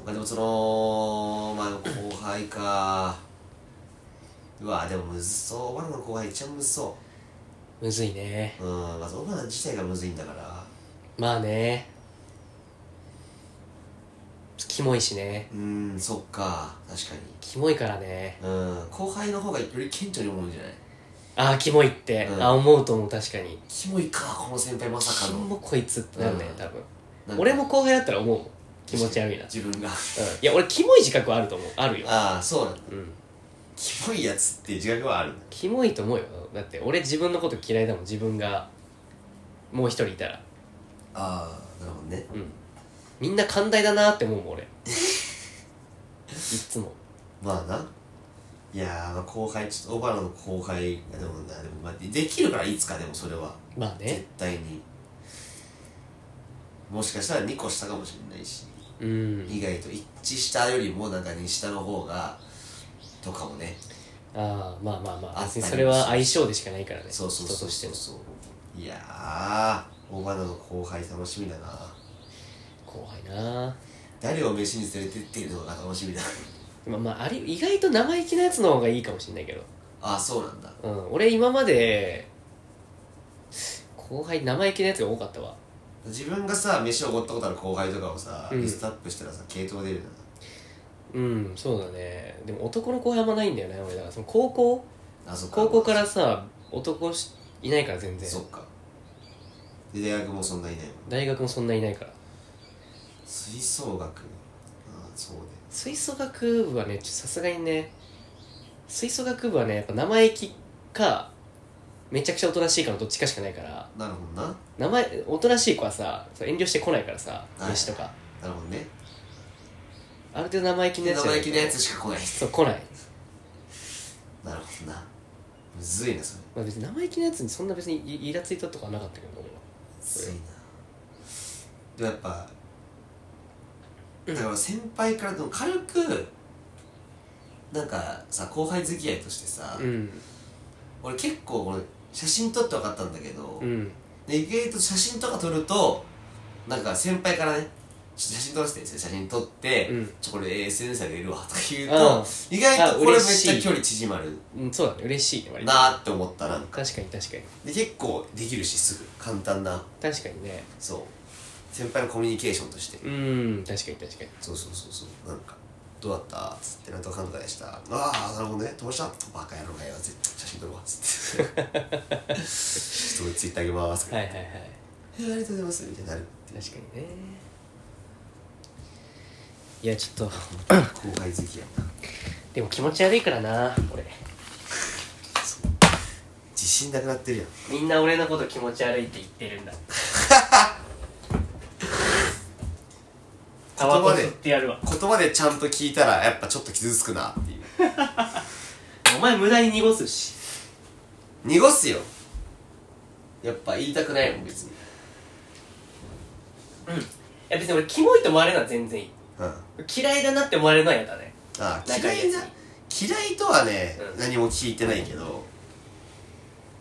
Speaker 1: まあでもそのまあ後輩かうわでもむずそう俺の後輩一番むずそ
Speaker 2: むずいね
Speaker 1: ううんまず女自体がむずいんだから
Speaker 2: まあねキモいしね
Speaker 1: うんそっか確か
Speaker 2: キモいからね
Speaker 1: にうん後輩の方がより顕著に思うんじゃない
Speaker 2: ああキモいって、
Speaker 1: うん
Speaker 2: ああ思うと思う確かに
Speaker 1: キモいかこの先輩まさか
Speaker 2: キ
Speaker 1: の
Speaker 2: モこいつってなるね、
Speaker 1: うん
Speaker 2: 多分
Speaker 1: なんか
Speaker 2: 俺も後輩だったら思うもん気持ち悪いな、うん、い
Speaker 1: 自分が
Speaker 2: や俺キモい自覚はあると思うあるよ、
Speaker 1: ああそうなんだ
Speaker 2: うん、
Speaker 1: キモいやつっていう自覚はあるんだ
Speaker 2: キモいと思うよだって俺自分のこと嫌いだもん自分がもう一人いたら
Speaker 1: ああなるほどね
Speaker 2: うんみんな寛大だなって思うもん 俺いっつも
Speaker 1: まあないやーまあ後輩ちょっと小原の後輩がでもなでも、まあ、できるからいつかでもそれは
Speaker 2: まあ
Speaker 1: 絶
Speaker 2: ね
Speaker 1: 対にもしかしたら2個下かもしれないし
Speaker 2: うん
Speaker 1: 意外と一致したよりもなんかに下の方がとかもね
Speaker 2: ああまあまあまあ
Speaker 1: あ
Speaker 2: 別にそれは相性でしかないからね
Speaker 1: そうそう
Speaker 2: 人
Speaker 1: そう
Speaker 2: として
Speaker 1: そうそ
Speaker 2: の
Speaker 1: ういやー大花の後輩楽しみだな
Speaker 2: 後輩な
Speaker 1: 誰を飯に連れてっていうのが楽しみだ
Speaker 2: まあまああり意外と生意気なやつの方がいいかもしれないけど
Speaker 1: あそうなんだ
Speaker 2: うん、俺今まで後輩生意気なやつが多かったわ
Speaker 1: 自分がさ飯をおごったことある後輩とかをさ、
Speaker 2: うん
Speaker 1: リストアップしたらさ系統出るよな
Speaker 2: うんそうだねでも男の後輩あんまないんだよね俺だからその高校
Speaker 1: あそっ
Speaker 2: 高校からさ男しいないから全然
Speaker 1: そっかで大学もそんないないもん
Speaker 2: 大学もそんないないから
Speaker 1: 吹奏楽ああそうね
Speaker 2: 吹奏楽部はねちょっとさすがにね吹奏楽部はねやっぱ生意気かめちゃくちゃおとなしいかのどっちかしかないから
Speaker 1: なるほどな
Speaker 2: 生意おとなしい子はさそう遠慮してこないからさ
Speaker 1: はい
Speaker 2: 飯とか
Speaker 1: なるほどね
Speaker 2: ある程度生意気なやつじゃ
Speaker 1: 生
Speaker 2: ない
Speaker 1: 意気なやつしか来ない
Speaker 2: そう来ない
Speaker 1: なるほどなむずいなそれ
Speaker 2: まあ別に生意気なやつにそんな別にイイラついたとかはなかったけど俺は
Speaker 1: むずいなでもやっぱだから先輩からでも軽くなんかさ後輩付き合いとしてさ、
Speaker 2: うん
Speaker 1: 俺結構俺写真撮って分かったんだけど、
Speaker 2: うん
Speaker 1: で意外と写真とか撮るとなんか先輩からねちょっと写真撮らせて写真撮って、
Speaker 2: うん
Speaker 1: ちょこれ SNS でいるわとか言う
Speaker 2: ああ
Speaker 1: と意外とこれめっ
Speaker 2: あ嬉し
Speaker 1: ちゃ
Speaker 2: い
Speaker 1: 距離縮まる
Speaker 2: うんそうだね嬉しいね割と
Speaker 1: なーって思ったなんか
Speaker 2: 確かに確かに
Speaker 1: で結構できるしすぐ簡単な
Speaker 2: 確かにね
Speaker 1: そう先輩のコミュニケーションとして
Speaker 2: うん確かに確かに
Speaker 1: そうそうそうそうなんかどうだったっつってなんとかかんとかでしたああなるほどね友達だバカ野郎がよ絶対写真撮るわっつって ちょっとツイッターあげます
Speaker 2: はいはいはい
Speaker 1: えーありがとうございますみたいになるっていう
Speaker 2: 確かにねいやちょっと
Speaker 1: 後輩好きやな
Speaker 2: でも気持ち悪いからな俺
Speaker 1: そう自信なくなってるやん
Speaker 2: みんな俺のこと気持ち悪いって 言ってるんだタバコ吸ってやるわ
Speaker 1: 言葉でちゃんと聞いたらやっぱちょっと傷つくなっていう
Speaker 2: お前無駄に濁すし
Speaker 1: 濁すよやっぱ言いたくないもん別に
Speaker 2: うんいや別に俺キモいと思われるのは全然いい
Speaker 1: うんあ
Speaker 2: 嫌いだなって思われるのは嫌だね
Speaker 1: あ
Speaker 2: 仲い
Speaker 1: 嫌
Speaker 2: い
Speaker 1: いな
Speaker 2: や
Speaker 1: 嫌いとはね、
Speaker 2: うん
Speaker 1: 何も聞いてないけど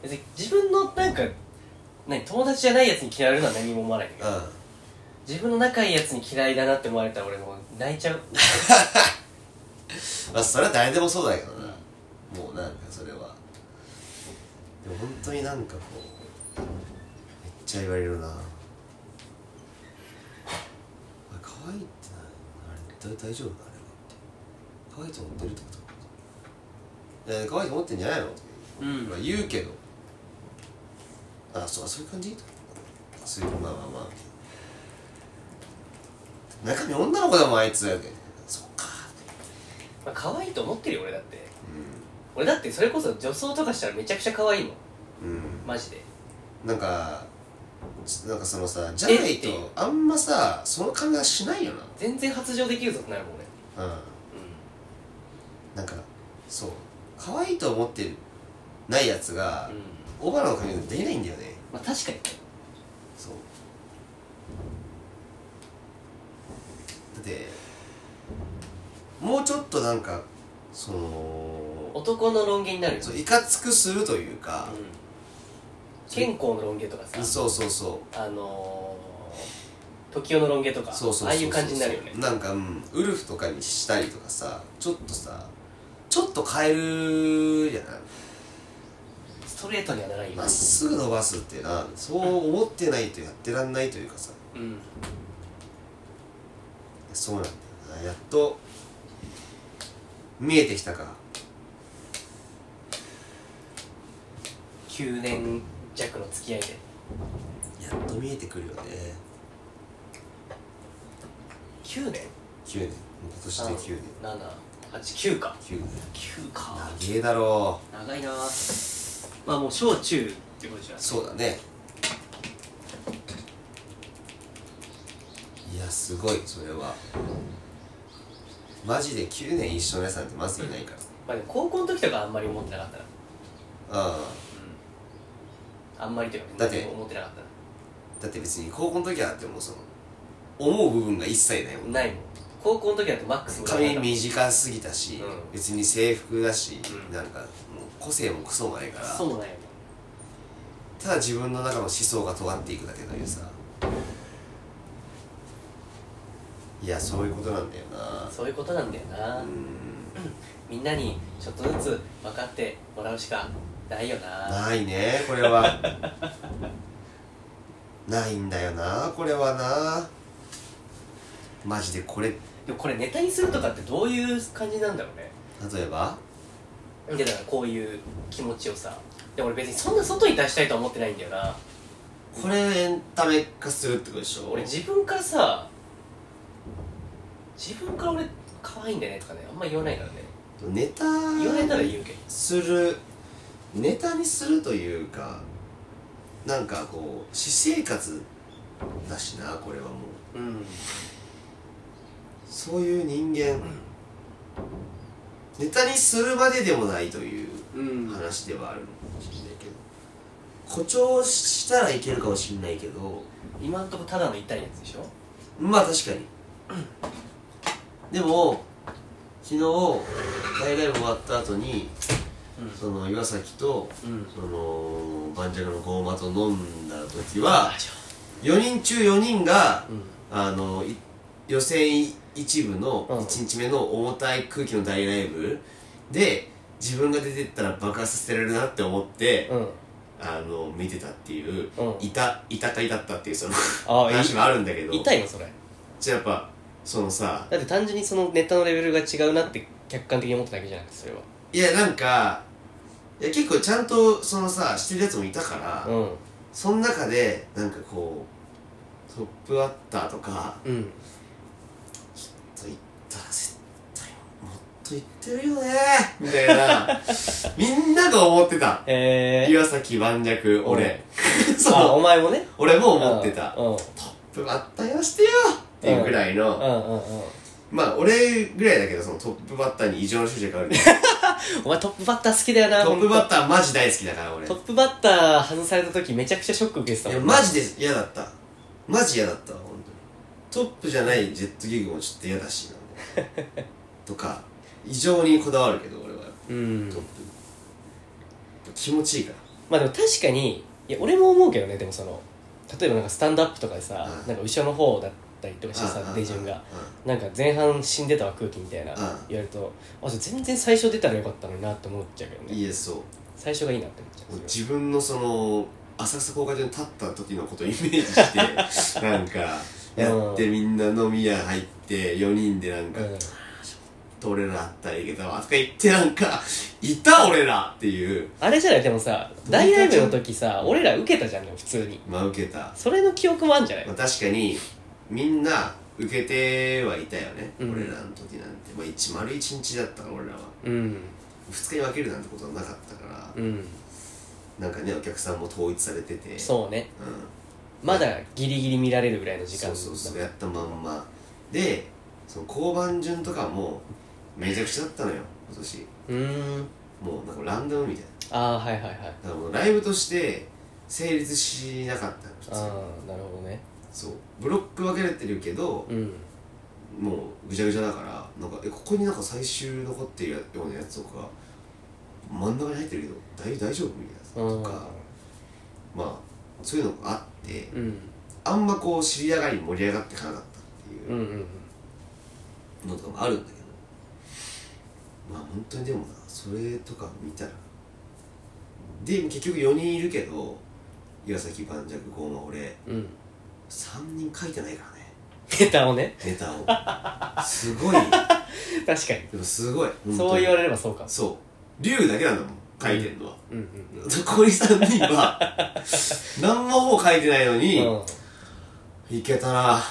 Speaker 2: 別に自分のなんか何友達じゃないやつに嫌われるのは何も思わないんだけ
Speaker 1: う
Speaker 2: ど
Speaker 1: ん
Speaker 2: 自分の仲いいやつに嫌いだなって思われたら俺もう泣いちゃう
Speaker 1: まあそれは誰でもそうだけどなもうなんかそれはでも本当になんかこうめっちゃ言われるなあ可愛いってなあれだ大丈夫なあれはって可愛いと思ってるってことえ可愛いと思ってんじゃないの、
Speaker 2: う
Speaker 1: まあ
Speaker 2: ん
Speaker 1: 言うけどあそうそういう感じそういうまあまあまあみたいな中身女の子だもんあいつそっか
Speaker 2: まあ、可愛いと思ってるよ俺だって俺だってそれこそ女装とかしたらめちゃくちゃ可愛いもん
Speaker 1: うんうん
Speaker 2: マジで
Speaker 1: なんかちなんかそのさじゃないと
Speaker 2: えって
Speaker 1: あんまさその感じがしないよ
Speaker 2: 全然発情できるぞってなるもん俺
Speaker 1: なうん
Speaker 2: う
Speaker 1: なんかそう可愛いと思ってないやつが
Speaker 2: ん、うん、
Speaker 1: オバラの髪型できないんだよね
Speaker 2: まあ確かに
Speaker 1: そうだってもうちょっとなんかその
Speaker 2: 男の論言になるよ
Speaker 1: そういかつくするというか
Speaker 2: うん、健康の論言とかさ
Speaker 1: そうそうそう
Speaker 2: あのー、時代の論言とか
Speaker 1: そうそうそうそう
Speaker 2: ああいう感じになるよね
Speaker 1: なんか、うん、ウルフとかにしたりとかさちょっとさちょっと変えるじゃない
Speaker 2: ストレートにはならないよ
Speaker 1: まっすぐ伸ばすってなそう思ってないとやってらんないというかさ
Speaker 2: うん
Speaker 1: そうなんだよなやっと見えてきたか
Speaker 2: 9年弱の付き合いで
Speaker 1: やっと見えてくるよね
Speaker 2: 9年
Speaker 1: 9年もう今年で9年
Speaker 2: 789か
Speaker 1: 9年
Speaker 2: 9か
Speaker 1: 長えだろ
Speaker 2: 長いなまあもう小中ってことじゃん
Speaker 1: うそうだねいやすごいそれはマジで9年一緒のやつなんてまずいないから
Speaker 2: まあでも高校の時とかあんまり思ってなかったな
Speaker 1: あ
Speaker 2: あんまりというか
Speaker 1: だって
Speaker 2: 思ってなかったな
Speaker 1: だって別に高校の時はだってもうその思う部分が一切ないもん
Speaker 2: ないもん高校の時だとマックスぐらい
Speaker 1: 髪
Speaker 2: だった
Speaker 1: 短すぎたし、
Speaker 2: うん
Speaker 1: 別に制服だし、
Speaker 2: うん
Speaker 1: なんかもう個性もクソもないから
Speaker 2: そうもないよね
Speaker 1: ただ自分の中の思想が尖っていくだけというさいやそういうことなんだよな
Speaker 2: そういうことなんだよな、
Speaker 1: うん
Speaker 2: みんなにちょっとずつ分かってもらうしかないよな
Speaker 1: ないねこれはないんだよなこれはなマジでこれ例
Speaker 2: でもこれネタにするとかってどういう感じなんだろうね
Speaker 1: えば
Speaker 2: いやだからこういう気持ちをさでも俺別にそんな外に出したいとは思ってないんだよな
Speaker 1: これエンタメ化するってことでしょ
Speaker 2: 俺自分からさ自分から俺可愛いんだよねとかねあんま言わないからね
Speaker 1: ネタ
Speaker 2: 言われたら言うけど
Speaker 1: するネタにするというかなんかこう私生活だしなこれはもう
Speaker 2: うん
Speaker 1: そういう人間ネタにするまででもないという
Speaker 2: うん
Speaker 1: 話ではあるのかもしれないけど誇張したらいけるかもしれないけど
Speaker 2: 今んとこただの痛いやつでしょ
Speaker 1: まあ確かにでも昨日大ライブ終わった後にその岩崎と
Speaker 2: うんうん
Speaker 1: その盤石のゴーマと飲んだ時
Speaker 2: あ
Speaker 1: は4人中4人が
Speaker 2: うん
Speaker 1: あのい予選一部の
Speaker 2: うん
Speaker 1: 1日目の重たい空気の大ライブで自分が出てったら爆発させられるなって思って、
Speaker 2: うん
Speaker 1: あの見てたっていう、
Speaker 2: うん
Speaker 1: いたいたかいだったっていうその
Speaker 2: ああ
Speaker 1: 話もあるんだけど
Speaker 2: 痛いのそれ
Speaker 1: じゃあやっぱそのさ
Speaker 2: だって単純にそのネタのレベルが違うなって客観的に思っただけじゃなくてそれはい
Speaker 1: やなんかいや結構ちゃんとそのさしてるやつもいたから、
Speaker 2: う
Speaker 1: その中でなんかこうトップバッターとか
Speaker 2: んうん
Speaker 1: と言ったら絶対もっと言ってるよねみたい なみんなが思ってた
Speaker 2: えー、
Speaker 1: 岩崎盤石俺
Speaker 2: あ
Speaker 1: そう
Speaker 2: お前もね
Speaker 1: 俺も思ってた
Speaker 2: うんうん
Speaker 1: トップバッターやらしてよっていうぐらいの、
Speaker 2: うんうん
Speaker 1: まあ俺ぐらいだけどそのトップバッターに異常な執着ある けど
Speaker 2: お前トップバッター好きだよな
Speaker 1: トップバッ
Speaker 2: 本
Speaker 1: ターマジ大好きだから俺
Speaker 2: 当
Speaker 1: い
Speaker 2: トップバッター外された時めちゃくちゃショック受けてたも
Speaker 1: や
Speaker 2: ん
Speaker 1: マジで嫌だったマジ嫌だったわ本当にトップじゃないジェットギグもちょっと嫌だしなん かとか異常にこだわるけど俺は
Speaker 2: うん
Speaker 1: トップ気持ちいいから
Speaker 2: まあでも確かにいや俺も思うけどねでもその例えばなんかスタンドアップとかでさ、
Speaker 1: うん
Speaker 2: なんか後ろの方だったりとかして
Speaker 1: うんうん
Speaker 2: さ
Speaker 1: うん
Speaker 2: 手順が
Speaker 1: うん
Speaker 2: なんか前半死んでたわ空気みたいな
Speaker 1: うん
Speaker 2: 言われるとあそれ全然最初出たらよかったのになって思っちゃうけどね
Speaker 1: いえそう
Speaker 2: 最初がいいなって思っちゃうそれ
Speaker 1: 自分のその浅草高架上に立った時のことをイメージ してなんかやってみんな飲み屋入って4人でなんか
Speaker 2: うん
Speaker 1: 「と俺らあったらいいけど」とか言ってなんか「いた俺ら!」っていう
Speaker 2: あれじゃないでもさ大ライブの時さ俺ら受けたじゃんね普通に
Speaker 1: まあ受けた、
Speaker 2: それの記憶もあるんじゃない
Speaker 1: まあ、確かにみんな受けてはいたよね、
Speaker 2: うん
Speaker 1: 俺らの時なんて、まあ、一丸一日だったから俺らは
Speaker 2: うん
Speaker 1: 2日に分けるなんてことはなかったから、
Speaker 2: うん
Speaker 1: なんかねお客さんも統一されてて
Speaker 2: そうね
Speaker 1: うん
Speaker 2: まだギリギリ見られるぐらいの時間
Speaker 1: そうそうそうやったまんまでその交番順とかもめちゃくちゃだったのよ今年
Speaker 2: うーん
Speaker 1: もうなんかランダムみたい
Speaker 2: ああはいはいは
Speaker 1: な
Speaker 2: い
Speaker 1: だからもうライブとして成立しなかったの普
Speaker 2: あ
Speaker 1: 通
Speaker 2: あなるほどね
Speaker 1: そうブロック分けられてるけど
Speaker 2: う、ん
Speaker 1: もうぐちゃぐちゃだからなんかえここになんか最終残ってるようなやつとか真ん中に入ってるけど大大丈夫みたいなやつとかまあそういうのがあって
Speaker 2: うん
Speaker 1: あんまこう尻上がり盛り上がってかなかったっていう
Speaker 2: うんうん
Speaker 1: のとかもあるんだけどまあ本当にでもなそれとか見たらで結局4人いるけど岩崎盤石剛馬俺
Speaker 2: うんうん
Speaker 1: 3人書いてないからね
Speaker 2: ネタをね
Speaker 1: ネタをすごいで
Speaker 2: 確かに
Speaker 1: もすごい本当に
Speaker 2: そう言われればそうか
Speaker 1: そう龍だけなんだもん書いてんのは、
Speaker 2: うんうん
Speaker 1: 残り3人は何もほぼ書いてないのに、
Speaker 2: うん
Speaker 1: いけたなっ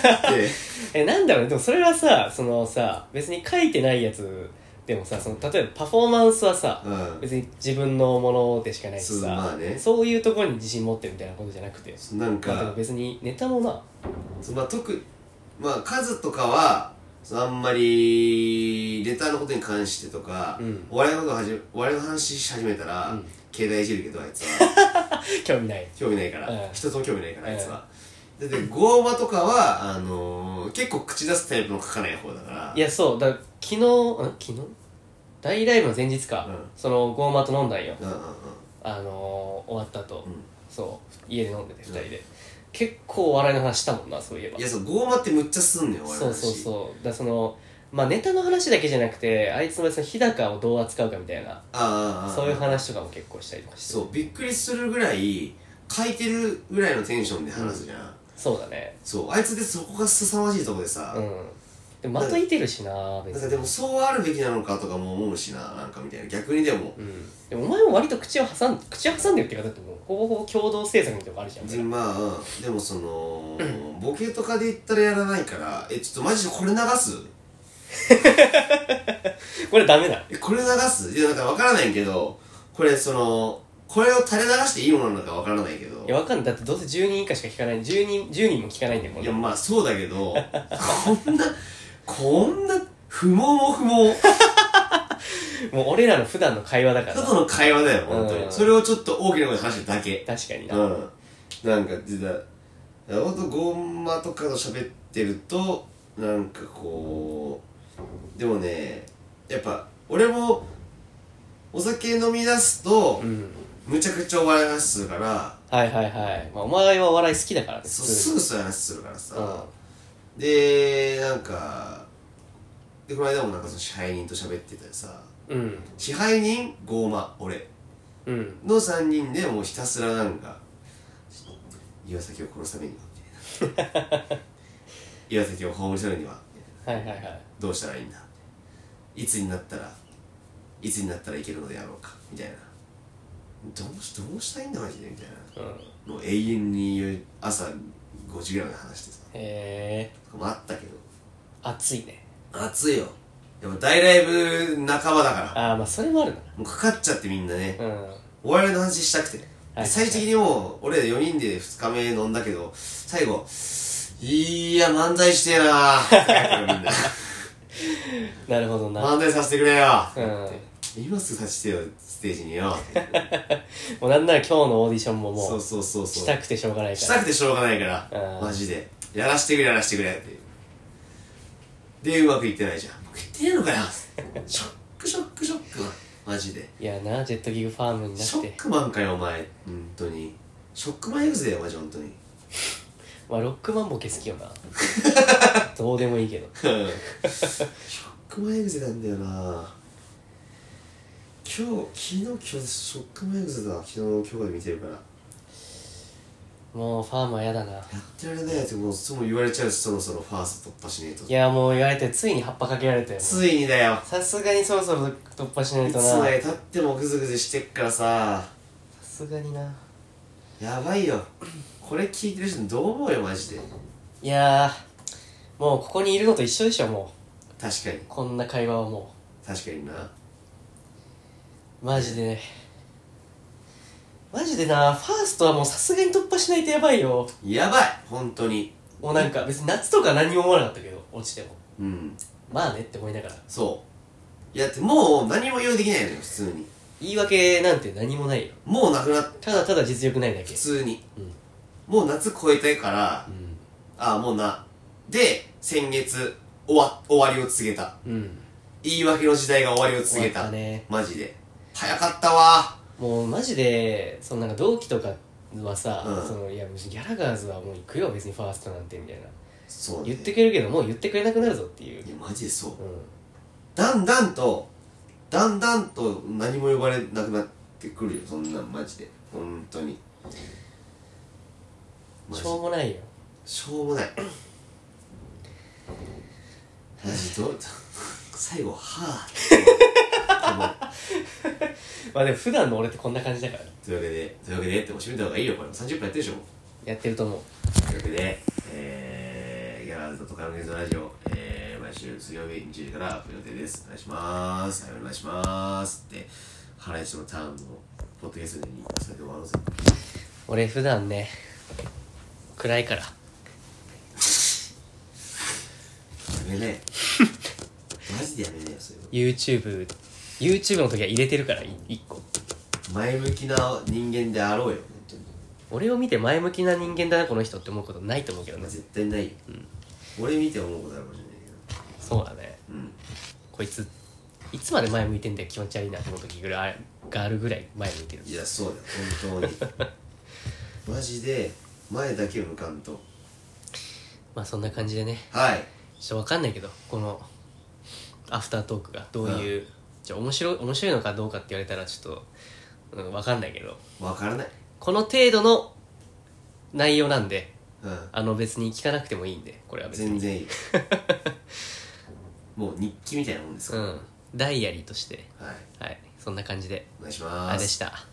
Speaker 1: て
Speaker 2: えなんだろうねでもそれはさそのさ別に書いてないやつでもさその例えばパフォーマンスはさ
Speaker 1: うん
Speaker 2: 別に自分のものでしかないし
Speaker 1: そうまあ
Speaker 2: さ
Speaker 1: ね
Speaker 2: そういうところに自信持ってるみたいなことじゃなくて
Speaker 1: なんか、
Speaker 2: まあでも別にネタもな
Speaker 1: そうまあ特まあ数とかはそのあんまりレターのことに関してとか、
Speaker 2: うん
Speaker 1: お笑いのことを始めお笑いの話し始めたら、
Speaker 2: うん
Speaker 1: 携帯いじるけどあいつは
Speaker 2: 興味ない
Speaker 1: 興味ないから、
Speaker 2: ええ
Speaker 1: 一つも興味ないからあ
Speaker 2: え
Speaker 1: い
Speaker 2: え
Speaker 1: つは、だってゴーマとかはあのー結構口出すタイプの書かない方だから
Speaker 2: いやそうだ昨日ん昨日大ライブの前日か、
Speaker 1: うん
Speaker 2: そのゴーマと飲んだんよ
Speaker 1: うんうんうん
Speaker 2: あのー、終わった後、
Speaker 1: うん
Speaker 2: そう家で飲んでて2人で、結構お笑いの話したもんなそういえば
Speaker 1: いやそうゴーマってむっちゃすんのよお笑い
Speaker 2: そ
Speaker 1: の
Speaker 2: う
Speaker 1: 話
Speaker 2: そうそうだそのまあネタの話だけじゃなくてあいつもその日高をどう扱うかみたいな
Speaker 1: ああああああ
Speaker 2: そういう話とかも結構したりとかして
Speaker 1: そうびっくりするぐらい書いてるぐらいのテンションで話すじゃん、
Speaker 2: そうだね
Speaker 1: そうあいつでそこが凄まじいとこでさ、
Speaker 2: うんでもまといてるしな
Speaker 1: な
Speaker 2: 別
Speaker 1: ん
Speaker 2: に
Speaker 1: かでもそうあるべきなのかとかも思うしななんかみたいな逆にでも
Speaker 2: うん、でもお前も割と口を挟ん口を挟んでるっていうかだってもうほぼほぼ共同制作みたいなとこあるじゃん
Speaker 1: でまあうんでもその ボケとかで言ったらやらないからえちょっとマジでこれ流す
Speaker 2: これダメだ
Speaker 1: えこれ流すいやなんか分からないけどこれそのこれを垂れ流していいものなのか分からないけど
Speaker 2: いやわかんないだってどうせ10人以下しか聞かない10人 ,10 人も聞かないんだよこ
Speaker 1: い
Speaker 2: れ
Speaker 1: やまあそうだけどこんなこんな不毛も不毛
Speaker 2: もう俺らの普段の会話だから
Speaker 1: ただの会話だよ本当
Speaker 2: うん
Speaker 1: にそれをちょっと大きな声で話してるだけ
Speaker 2: 確かにな、
Speaker 1: うん、なんか実はほんとゴンマとかと喋ってるとなんかこうでもねやっぱ俺もお酒飲み出すと、
Speaker 2: うん
Speaker 1: むちゃくちゃお笑いの話するから
Speaker 2: はいはいはい、まあ、お前はお笑い好きだからね
Speaker 1: そ
Speaker 2: 普通
Speaker 1: す
Speaker 2: に
Speaker 1: ぐそういう話するからさ、
Speaker 2: う
Speaker 1: でなんかでこの間もなんかその支配人と喋ってたりさ
Speaker 2: んうん
Speaker 1: 支配人ゴーマ俺
Speaker 2: うん
Speaker 1: の3人でもうひたすらなんか岩崎を殺すためにはみたいな岩崎を葬り去るには
Speaker 2: はいはいはい
Speaker 1: どうしたらいいんだいつになったらいつになったらいけるのであろうかみたいなどうしどうしたいんだマジでみたい
Speaker 2: うん
Speaker 1: なもう永遠に朝5時ぐらいまで話してさ
Speaker 2: へえ
Speaker 1: とかもあったけど
Speaker 2: 暑いね
Speaker 1: 暑いよでも大ライブ仲間だから
Speaker 2: ああまあそれもある
Speaker 1: もうかかっちゃってみんなね
Speaker 2: なうん
Speaker 1: お笑いの話したくて、
Speaker 2: はい
Speaker 1: 最終的にもう俺ら4人で2日目飲んだけど最後いや漫才してえなー ってなってるみ んな
Speaker 2: なるほどな、
Speaker 1: 漫才させてくれよ
Speaker 2: うん
Speaker 1: 今すぐ立ちてよステージによ
Speaker 2: もうなんなら今日のオーディションもも
Speaker 1: そう
Speaker 2: う
Speaker 1: そうそうそう
Speaker 2: したくてしょうがない
Speaker 1: し
Speaker 2: から
Speaker 1: たくてしょうがないから
Speaker 2: うん
Speaker 1: マジでやらしてくれやらしてくれっていうでうまくいってないじゃんうまくいってねえのかよショックショックショックマジで
Speaker 2: いやなジェットギグファームにな
Speaker 1: ショ
Speaker 2: っ
Speaker 1: ッ
Speaker 2: て
Speaker 1: クマンかよお前本当にショックマンエグゼだよマジ本当に
Speaker 2: まあロックマンボケ好きよな どうでもいいけど
Speaker 1: ショックマンエグゼなんだよな今日昨日今日ショックマンエグゼだ昨日今日まで見てるからや
Speaker 2: もうファームは嫌だな
Speaker 1: ってられないってもうそうも言われちゃうしそろそろファースト突破しねえと
Speaker 2: いやもう言われてついに葉っぱかけられたよ
Speaker 1: ついにだよ
Speaker 2: さすがにそろそろ突破しない
Speaker 1: い
Speaker 2: と
Speaker 1: つ
Speaker 2: な
Speaker 1: まで
Speaker 2: さ
Speaker 1: 立ってもグズグズしてっからさ
Speaker 2: すがにな
Speaker 1: やばいよこれ聞いてる人どう思うよマジで
Speaker 2: いやーもうここにいるのと一緒でしょも
Speaker 1: 確かに
Speaker 2: うこんな会話はも
Speaker 1: 確かにな
Speaker 2: うマジでマジでなファーストはもうさすがに突破しないとやばいよ
Speaker 1: やばい本当に
Speaker 2: もうなんか別に夏とか何も思わなかったけど落ちても
Speaker 1: うん
Speaker 2: まあねって思いながら
Speaker 1: そういやだってもう何も用意できないのよ普通に
Speaker 2: 言い訳なんて何もないよ
Speaker 1: もうなくなった
Speaker 2: ただただ実力ないだけ
Speaker 1: 普通に、
Speaker 2: うん
Speaker 1: もう夏超えたいからああもうなで先月終わ終わりを告げた
Speaker 2: うんうん
Speaker 1: 言い訳の時代が終わりを告げた
Speaker 2: 終わったね
Speaker 1: マジで早かったわ
Speaker 2: もうマジでそのなんか同期とかはさ、
Speaker 1: うん
Speaker 2: そのいや別にギャラガーズはもう行くよ別にファーストなんてみたいな
Speaker 1: そう、ね、
Speaker 2: 言ってくれるけどもう言ってくれなくなるぞっていう
Speaker 1: いやマジでそう
Speaker 2: う
Speaker 1: だんだんとだんだんと何も呼ばれなくなってくるよそんなんマジで本当に
Speaker 2: ん
Speaker 1: マジ
Speaker 2: しょうもないよ
Speaker 1: しょうもないマジどう最後はあって
Speaker 2: まあでも普段の俺ってこんな感じだからね
Speaker 1: というわけでというわけでってもう閉めた方がいいよこれもう30分やってるでしょもう
Speaker 2: やってると思う
Speaker 1: というわけで、えー、ギャラーズとカラメルズラジオ、えー、毎週水曜日20時からアップ予定です。お願いします。はい、お願いします。って、ハライチのターンのポッドキャストにそれで終わろうぜ。
Speaker 2: 俺普段ね暗いから
Speaker 1: やめねえ。マジでやめねえよ、それ
Speaker 2: YouTubeYouTube の時は入れてるから1個
Speaker 1: 前向きな人間であろうよ、本当に。
Speaker 2: 俺を見て前向きな人間だなこの人って思うことないと思うけど
Speaker 1: ま
Speaker 2: ね
Speaker 1: あ絶対ないよ。俺見て思うことあるかもしれないけど。
Speaker 2: そうだね
Speaker 1: うん。
Speaker 2: こいついつまで前向いてんだよ気持ち悪いなって思う時ぐらいがあるぐらい前向いてる
Speaker 1: いや、そうだよ、本当に。 マジで、前だけ向かんと。
Speaker 2: まあそんな感じでね
Speaker 1: はい。
Speaker 2: ちょっとわかんないけどこのアフタートークがどういう、じゃあ面白い面白いのかどうかって言われたらちょっと、うん、わかんないけど
Speaker 1: わからない。
Speaker 2: この程度の内容なんで
Speaker 1: うん。
Speaker 2: あの別に聞かなくてもいいんでこれは別
Speaker 1: 全
Speaker 2: に
Speaker 1: 然いいもう日記みたいなもんですか
Speaker 2: う
Speaker 1: ら、
Speaker 2: んダイアリーとして
Speaker 1: はい
Speaker 2: はいそんな感じで
Speaker 1: お願いし
Speaker 2: あ
Speaker 1: ま
Speaker 2: れですした